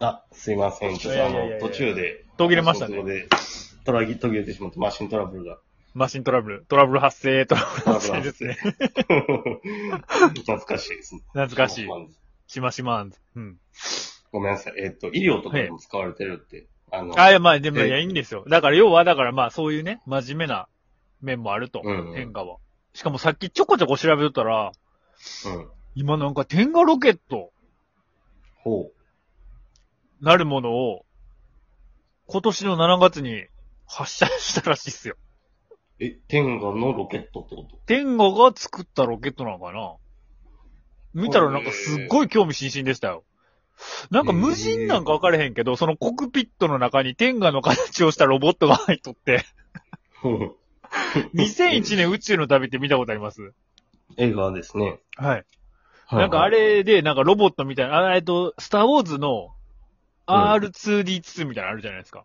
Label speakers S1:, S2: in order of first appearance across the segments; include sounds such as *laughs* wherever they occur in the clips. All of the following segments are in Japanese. S1: あ、すいません。ちょっとあ
S2: いやいや
S1: の、
S2: いやいや
S1: 途中で。
S2: 途切れましたね
S1: 放送で途切れ途切れてしまって、マシントラブルが。
S2: マシントラブル。トラブル発生、トラブル発生ですね。 *laughs*
S1: 懐かしいですね。
S2: 懐かしい
S1: まあまあ
S2: しましまんず。うん。
S1: ごめんなさい。えっと、医療とかでも使われてるって。あの、
S2: あ、いや、まあ、でも、
S1: ええ
S2: いや、いいんですよ。だから、要は、だから、まあ、そういうね、真面目な面もあると。
S1: うんうん
S2: 天下は。しかも、さっきちょこちょこ調べとったら、
S1: うん。
S2: 今なんか、天下ロケット
S1: ほ
S2: なるものを、今年の7月に発射したらしいっすよ。
S1: う。え、天下のロケットってこと *laughs*
S2: 天下が作ったロケットなのかな見たらなんかすっごい興味津々でしたよ。なんか無人なんかわかれへんけど、そのコクピットの中に天下の形をしたロボットが入っとって、
S1: うん
S2: 2001年宇宙の旅って見たことあります
S1: 映画ですね。
S2: はい。なんかあれで、なんかロボットみたいな、あえっと、スターウォーズの R2D2 みたいなのあるじゃないですか。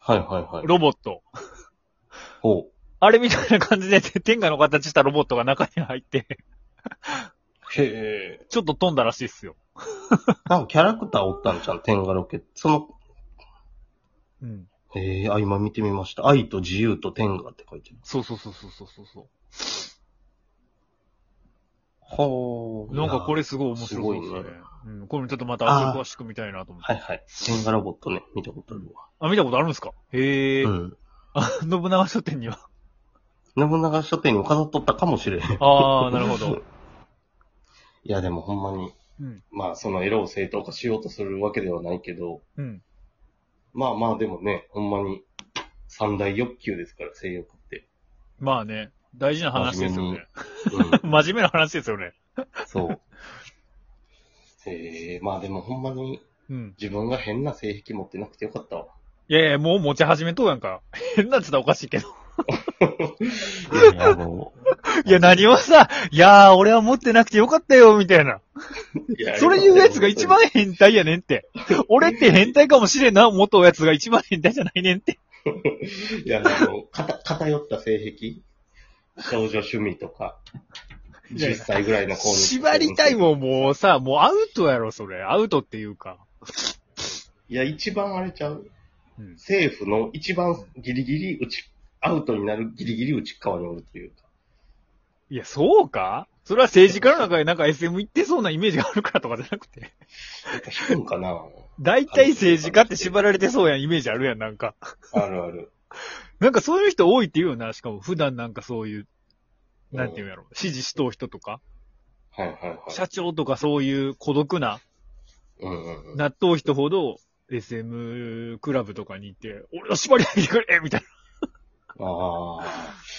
S1: はいはいはい。
S2: ロボット。
S1: ほう。
S2: あれみたいな感じで、天下の形したロボットが中に入って、
S1: へえ。
S2: ちょっと飛んだらしいっすよ。
S1: なんかキャラクターおったんじゃん、天下ロケット。その、
S2: うん。
S1: ええあ、今見てみました。愛と自由と天下って書いてる。
S2: そうそうそうそうそうそうそう。
S1: ほ
S2: なんかこ
S1: れ。
S2: れすごい面白そうですね。
S1: すごいね
S2: うん。これもちょっとまた後で詳しく見たいなと思って。
S1: はいはい。天下ロボットね、見たことあるわ。
S2: あ、見たことあるんですかへえ。
S1: うん。
S2: あ、 *laughs* 信長書店には。
S1: 信長書店にも飾っとったかもしれん。い
S2: ああ、なるほど。
S1: や、でもほんまに、
S2: うん。
S1: まあその色を正当化しようとするわけではないけど、
S2: うん。
S1: まあまあでもね、ほんまに、三大欲求ですから、性欲って。
S2: まあね、大事な話ですよね。
S1: うん。
S2: 真面目な話ですよね。
S1: そう。ええまあでもほんまに
S2: うん。
S1: 自分が変な性癖持ってなくてよかったわ。
S2: いやいや、もう持ち始めとうやんか。 *laughs* 変なって言ったらおかしいけど。
S1: いやいや、あの、
S2: いや、何をさ、いやー、俺は持ってなくてよかったよ、みたいな。それ言うやつが一番変態やねんって。俺って変態かもしれんな、元やつが一番変態じゃないねんって。
S1: いや、あの、かた偏った性癖少女趣味とか、
S2: いやい
S1: 10
S2: や
S1: 歳ぐらいの子に
S2: 縛りたいもん、もうさ、もうアウトやろ、それ。アウトっていうか。
S1: いや、一番あれちゃう
S2: うん。
S1: 政府の一番ギリギリ内、アウトになるギリギリ内側におるというか。
S2: いや、そうかそれは政治家の
S1: *laughs*
S2: 中でなんか SM 行ってそうなイメージがあるからとかじゃなくて。
S1: やっぱ低いんかな
S2: 大体政治家って縛られてそうやん、イメージあるやん、なんか。
S1: あるある。
S2: なんかそういう人多いって言うよな、しかも普段なんかそういう、なんていうんやろ、指示しとう人とか、
S1: はいはい
S2: *laughs*
S1: はい。
S2: 社長とかそういう孤独な、
S1: うんうんうん。
S2: 納豆人ほど SM クラブとかに行って、俺を縛り上げてくれみたい
S1: ああ。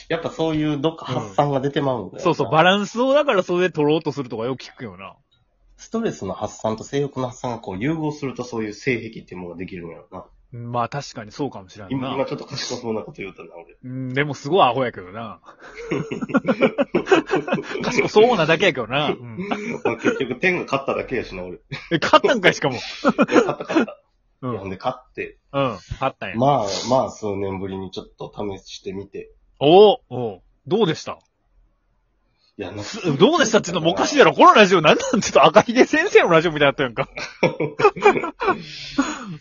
S1: やっぱそういうどっか発散が出てまうんだよな、
S2: な。そうそう、バランスをだからそれで取ろうとするとかよく聞くよな。
S1: ストレスの発散と性欲の発散がこう融合するとそういう性癖っていうものができるんやろな。
S2: まあ確かにそうかもしれん
S1: 今
S2: な
S1: 今。ちょっと賢そうなこと言うたな、俺。
S2: うん、でもすごいアホやけどな。賢そうなだけやけどな。うん、
S1: *laughs* まあ結局、天が勝っただけやしな、俺。
S2: え、勝ったんかいしかも。
S1: 勝った勝った。
S2: うん。う
S1: なん
S2: ん、
S1: で、勝って、
S2: 勝ったんや。
S1: まあ、まあ、数年ぶりにちょっと試してみて。
S2: おおおうどうでした
S1: いや、なんか
S2: すどうでしたっていうのもおかしいやろ。このラジオなんなんちょっと赤ひげ先生のラジオみたいになったやんか。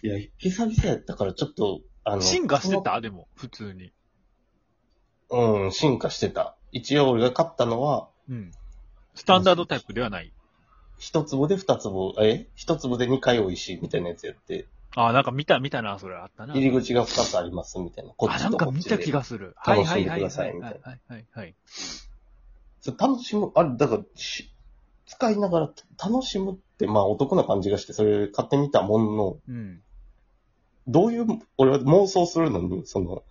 S1: いや、久々やったから、ちょっと、あの、
S2: 進化してたでも、普通に。
S1: そのうん、進化してた。一応、俺が勝ったのは、
S2: うん。スタンダードタイプではない。
S1: 一粒で二粒、え一粒で二回美味しいみたいなやつやって、
S2: ああ、なんか見た、見たな、それあったな。
S1: 入り口が二つありますみたいな。こっ
S2: あ、な
S1: ち
S2: ん
S1: と
S2: か
S1: こっ
S2: 見
S1: ちで。
S2: た気がする。はい
S1: 楽
S2: は
S1: しん
S2: い
S1: で
S2: は
S1: く
S2: い
S1: だ
S2: はい
S1: さ
S2: はいい
S1: みたいな
S2: はいはいはい。
S1: それ楽しむ、あれ、だから、し使いながら楽しむって、まあ、お得な感じがして、それ買ってみたものの、
S2: うん。
S1: どういう、俺は妄想するのに、その、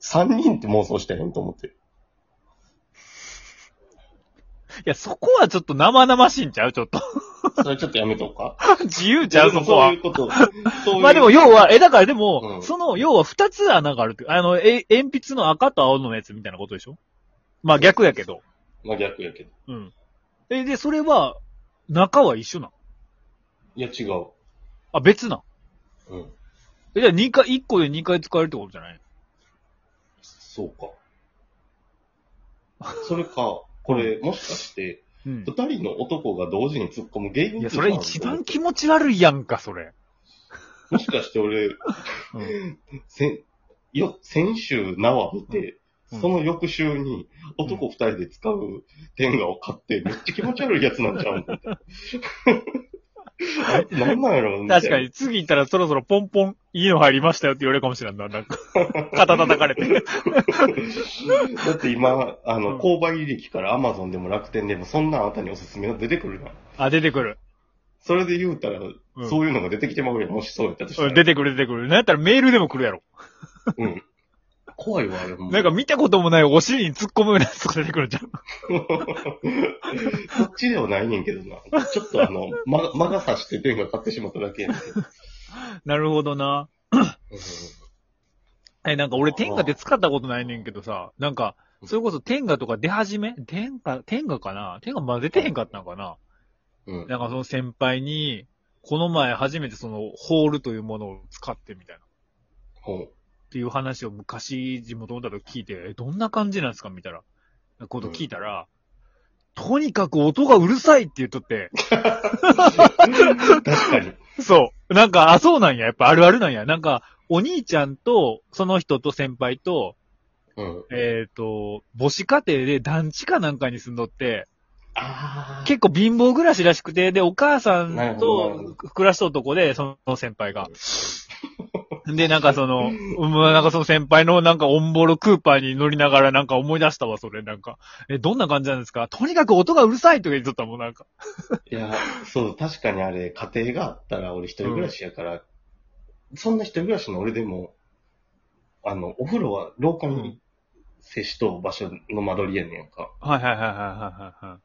S1: 三、人って妄想してへんと思って。
S2: いや、そこはちょっと生々しいんちゃうちょっと。
S1: それちょっとやめとこうか。
S2: 自由ちゃうそこ
S1: そう
S2: は
S1: いう。こと。そういう
S2: *laughs* まあでも、要は、え、だからでも、
S1: うん
S2: その、要は二つ穴があるって、あの、え、鉛筆の赤と青のやつみたいなことでしょまあ逆やけど。
S1: まあ逆やけど。
S2: うん。え、で、それは、中は一緒なん
S1: いや、違う。
S2: あ、別なん
S1: うん。
S2: え、じゃあ二回、一個で二回使えるってことじゃない
S1: そうか。それか、これ、もしかして、
S2: うん
S1: 二。人の男が同時に突っ込むゲーム
S2: いや、それ一番気持ち悪いやんか、それ。
S1: もしかして俺、先、よ、先週縄見て、
S2: うん
S1: その翌週に男二人で使う天下を買って、めっちゃ気持ち悪いやつなんちゃうん
S2: *laughs*
S1: だってあいつなんなんやろみたいな
S2: 確か。に、次行ったらそろそろポンポン、いいの入りましたよって言われるかもしれんな。なんか、肩叩か
S1: *laughs*
S2: れて。
S1: だって今、あ
S2: うん
S1: の、購買履歴から Amazon でも楽天でも、そんなあなたにおすすめが出てくるな。
S2: あ、出てくる。
S1: それで言うたら、
S2: うん
S1: そういうのが出てきてまうよ、もしそうやったとした
S2: うん、
S1: ら。
S2: 出てくる出てくる。なんやったらメールでも来るやろ。
S1: うん。怖いわ、あれも。
S2: なんか見たこともないお尻に突っ込むようなやつとか出てくるじゃん。
S1: *laughs* そっちではないねんけどな。ちょっとあの、ま、魔が差して電が買ってしまっただけやねんけど。
S2: *laughs* なるほどな。え、なんか俺天下で使ったことないねんけどさ、なんか、それこそ天下とか出始め天下、天下かな天下まだ出てへんかったんかな
S1: うん。うん
S2: なんかその先輩に、この前初めてそのホールというものを使ってみたいな。
S1: ほ
S2: っていう話を昔地元の人と聞いて、え、どんな感じなんですかみたいなこと聞いたら、とにかく音がうるさいって言っとって、
S1: う確かに。
S2: そう。なんか、あ、そうなんや。やっぱあるあるなんや。なんか、お兄ちゃんと、その人と先輩と、
S1: うん。
S2: えっ、と、母子家庭で団地かなんかに住んどって、
S1: あ
S2: 結構貧乏暮らしらしくて、で、お母さ
S1: なる
S2: ん
S1: ほどなるほ
S2: と暮らしとうとこで、その先輩が。で、なんかその、うんなんかその先輩のなんかオンボロクーパーに乗りながらなんか思い出したわ、それ。なんか、え、どんな感じなんですかとにかく音がうるさいとか言っとったもん、なんか。
S1: いや、そう、確かにあれ、家庭があったら俺一人暮らしやから、そんな一人暮らしの俺でも、あの、お風呂は廊下に接しとう場所の間取りやねんか。
S2: はいはいはいはいはいはい。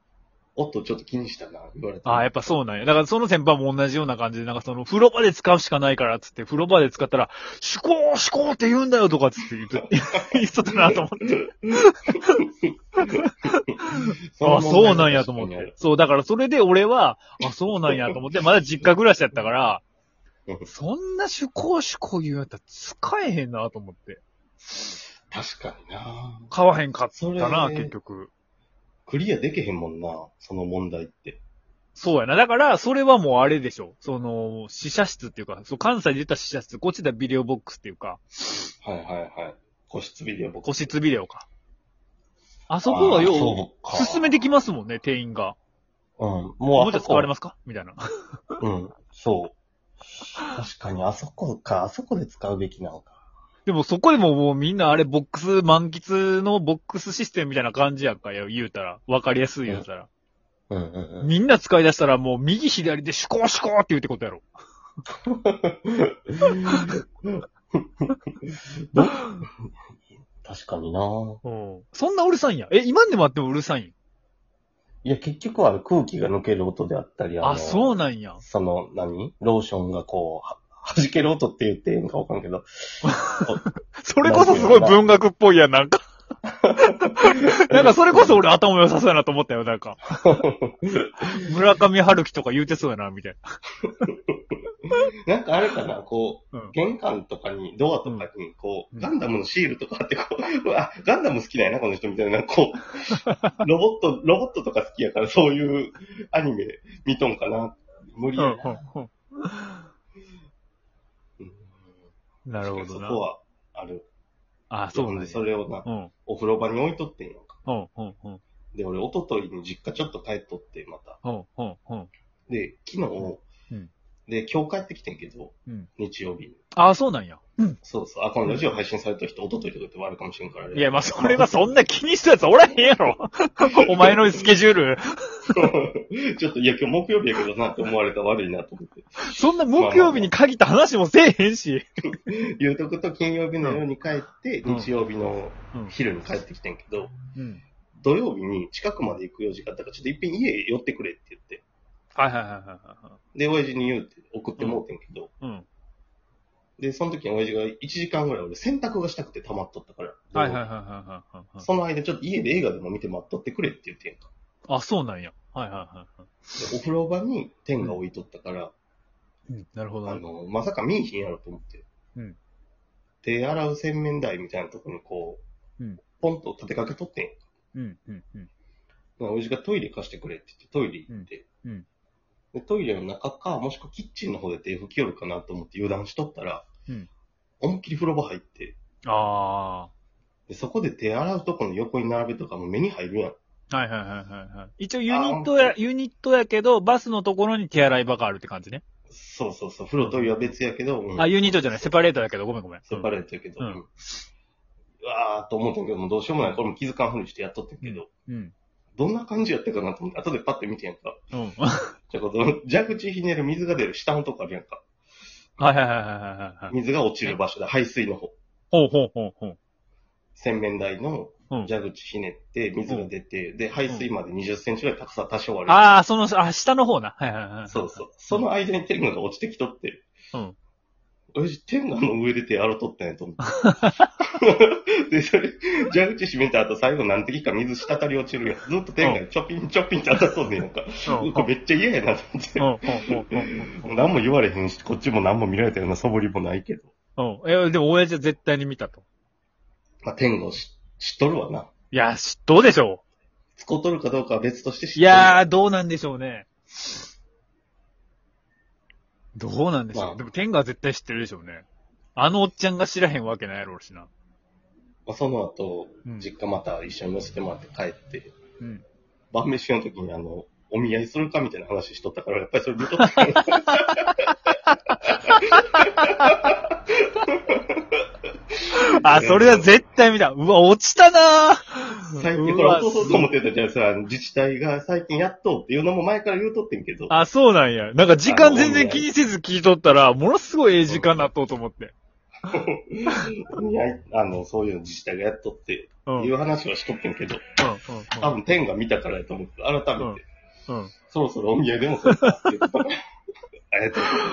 S1: 音ちょっと気にしたな、言われて。
S2: ああ、やっぱそうなんや。だからその先輩も同じような感じで、なんかその風呂場で使うしかないからっつって、風呂場で使ったら、シュコーシュコーって言うんだよとかっつって言って *laughs* 言っとったなと思って。あ、そうなんやと思って。。そう、だからそれで俺は、あ、そうなんやと思って、まだ実家暮らしやったから
S1: うん、
S2: そんな趣向趣向言うんやったら使えへんなと思って。
S1: 確かにな
S2: 買わへんかった
S1: それ
S2: な、結局。
S1: クリアできへんもんな、その問題って。
S2: そうやな。だから、それはもうあれでしょ。その、試写室っていうか、そう、関西で言ったら試写室、こっちではビデオボックスっていうか、
S1: はいはいはい。個室ビデオ僕。
S2: 個室ビデオか。あそこは
S1: あー
S2: よ
S1: そう
S2: う、
S1: か
S2: 進めてきますもんね、店員が。
S1: うん。もう
S2: おもちゃ使われ
S1: ま
S2: ますかみたいな。
S1: す。うん。そう。確かに、あそこか、あそこで使うべきなのか。
S2: でもそこでももうみんなあれボックス、満喫のボックスシステムみたいな感じやんか、言うたら。わかりやすい言うたら。
S1: うんうん
S2: みんな使い出したらもう右左でシュコーシュコーって言うってことやろ。 *laughs*
S1: うん。ど確かにな
S2: うん。そんなうるさいんや。え、今んでもあってもうるさいん
S1: いや、結局は空気が抜ける音であったり、
S2: あ
S1: の
S2: そうなんや。
S1: その、何ローションがこう、は弾ける音って言ってええんかわかんんけど、
S2: それこそすごい文学っぽいやん、なんか。 *laughs* なんかそれこそ俺頭良さそうやなと思ったよ、なんか。村上春樹とか言うてそうやな、みたいな。
S1: なんかあれかな、こう、
S2: うん
S1: 玄関とかに、ドアとかに、こう、
S2: うん
S1: ガンダムのシールとかあって、こう、 *laughs* あ、ガンダム好きなんやな、この人みたいな、こう、
S2: *laughs*
S1: ロボット、ロボットとか好きやから、そういうアニメ見とんかな。無理
S2: う
S1: や
S2: ん
S1: な。
S2: うん
S1: うん
S2: うん。なるほ
S1: そ
S2: ど
S1: こ
S2: な。
S1: は、ある。
S2: あ、そうなん
S1: で、
S2: や。
S1: それをな、
S2: うん。
S1: お風呂場に置いとってんやんか。
S2: うん、うん、うん、
S1: で、俺、一昨日に実家ちょっと帰っとって、また。
S2: うん、うん、うん。
S1: で、昨日、
S2: うん
S1: で、今日帰ってきてんけど、
S2: うん
S1: 日曜日に。
S2: あ、そうなんや。
S1: そうそう。あ、このラジオ配信された人、一昨日とか言って悪いかもしれんからあれ。
S2: いや、まあ、それはそんな気にしたやつおらへんやろ。お前のスケジュール。
S1: *laughs* ちょっと、いや、今日木曜日やけどなって思われたら悪いなと思って。
S2: そんな木曜日に限った話もせえへんし。
S1: 言うとくと金曜日の夜に帰って、
S2: うん
S1: 日曜日の
S2: うん
S1: 昼に帰ってきてんけど、
S2: うん。
S1: 土曜日に近くまで行く用事があったから、ちょっと一遍家寄ってくれって言って。
S2: はいはいはいは
S1: で、親父に言うって送ってもうてんけど、
S2: い。うん。
S1: で、その時に親父が1時間ぐらい俺洗濯がしたくて溜まっとったから。
S2: はいはいはいはいはいはい。
S1: その間ちょっと家で映画でも見て待っとってくれって言ってんか。
S2: あ、そうなんや。はいはいはいは
S1: でお風呂場に天が置いとったから、
S2: い。うん。なるほど
S1: あ
S2: な。
S1: の、まさか見えひんやろと思って。
S2: うん
S1: 手洗う洗面台みたいなところにこう、
S2: うん
S1: ポンと立てかけとってんや
S2: うん、うん、うん。
S1: まあ、おじがトイレ貸してくれって言って、トイレ行って。
S2: うんうん
S1: でトイレの中か、もしくはキッチンの方で手拭きよるかなと思って油断しとったら、
S2: うん
S1: 思いっきり風呂場入って、
S2: あ
S1: でそこで手洗うとこの横に並べとかも目に入るやん。
S2: あ。はいはいはいはいはい。一応ユニットや、ユニットやけど、バスのところに手洗い場があるって感じね。
S1: そうそうそう、風呂トイレは別やけど、うん
S2: あ、ユニットじゃない、セパレートだけど、ごめんごめん。
S1: セパレートやけど、
S2: う
S1: うんんうわーっと思ったんけど、もうどうしようもない。これも気づかんふりしてやっとってんけど、
S2: うん。
S1: どんな感じやったかなと思って、後でパッて見てんやんか。
S2: うん。うん。
S1: じゃあこの蛇口ひねる水が出る下のとこあるやんか。
S2: はいはいはいはいはいはい。
S1: 水が落ちる場所で、排水の方。
S2: ほうほうほうほう。
S1: 洗面台の
S2: うん。
S1: 蛇口ひねって、水が出て、で、排水まで20センチぐらい高さ多少ある。
S2: ああ、その、あ、下の方な。はいはいはい。
S1: そうそう。その間に天下が落ちてきとって。
S2: うん。
S1: 俺、天下の上で手洗っとったんやと思
S2: *laughs*
S1: って。で、それ、蛇口閉めた後、最後何滴か水滴り落ちるやん。ずっと天下にちょぴんちょぴんって当たっとんねんやんか。
S2: うん。うん。
S1: これめっちゃ嫌やなと思
S2: う
S1: っ
S2: ん。
S1: て。何も言われへんし、こっちも何も見られたような素振りもないけど。
S2: *laughs* うん。うん。え、でも、親父は絶対に見たと。
S1: まあ、天下を知知っとるわな。
S2: いや、しどうでしょ
S1: つことるかどうかは別として知っ
S2: う
S1: と
S2: い
S1: る。
S2: やー、どうなんでしょうね。どうなんでしょう、
S1: まあ
S2: でも、天下は絶対知ってるでしょうね。あのおっちゃんが知らへんわけないやろうしな。
S1: まあ、その後
S2: うん、
S1: 実家また一緒に乗せてもらって帰って、
S2: うん。
S1: 晩飯の時にあの、お見合いするかみたいな話しとったから、やっぱりそれ見と
S2: *laughs*
S1: ったから。
S2: あ、それは絶対見た。うわ、落ちたなー
S1: 最近こ
S2: *laughs*
S1: れ落とそうと思ってたじゃん、さ、自治体が最近やっとうっていうのも前から言うとってんけど、
S2: あ、そうなんや。なんか時間全然気にせず聞いとったら、ものすごいええ時間なっとうと思って。
S1: お見合い、あの、そういうの自治体がやっとって、
S2: うん。うん。
S1: いうう話はしとってんけど、多
S2: ん。
S1: 分天が見たからやと思って、改めて、
S2: うん。うん。
S1: *laughs*
S2: *laughs*
S1: そろそろお見合いでもするかって言ったからありがとうございます。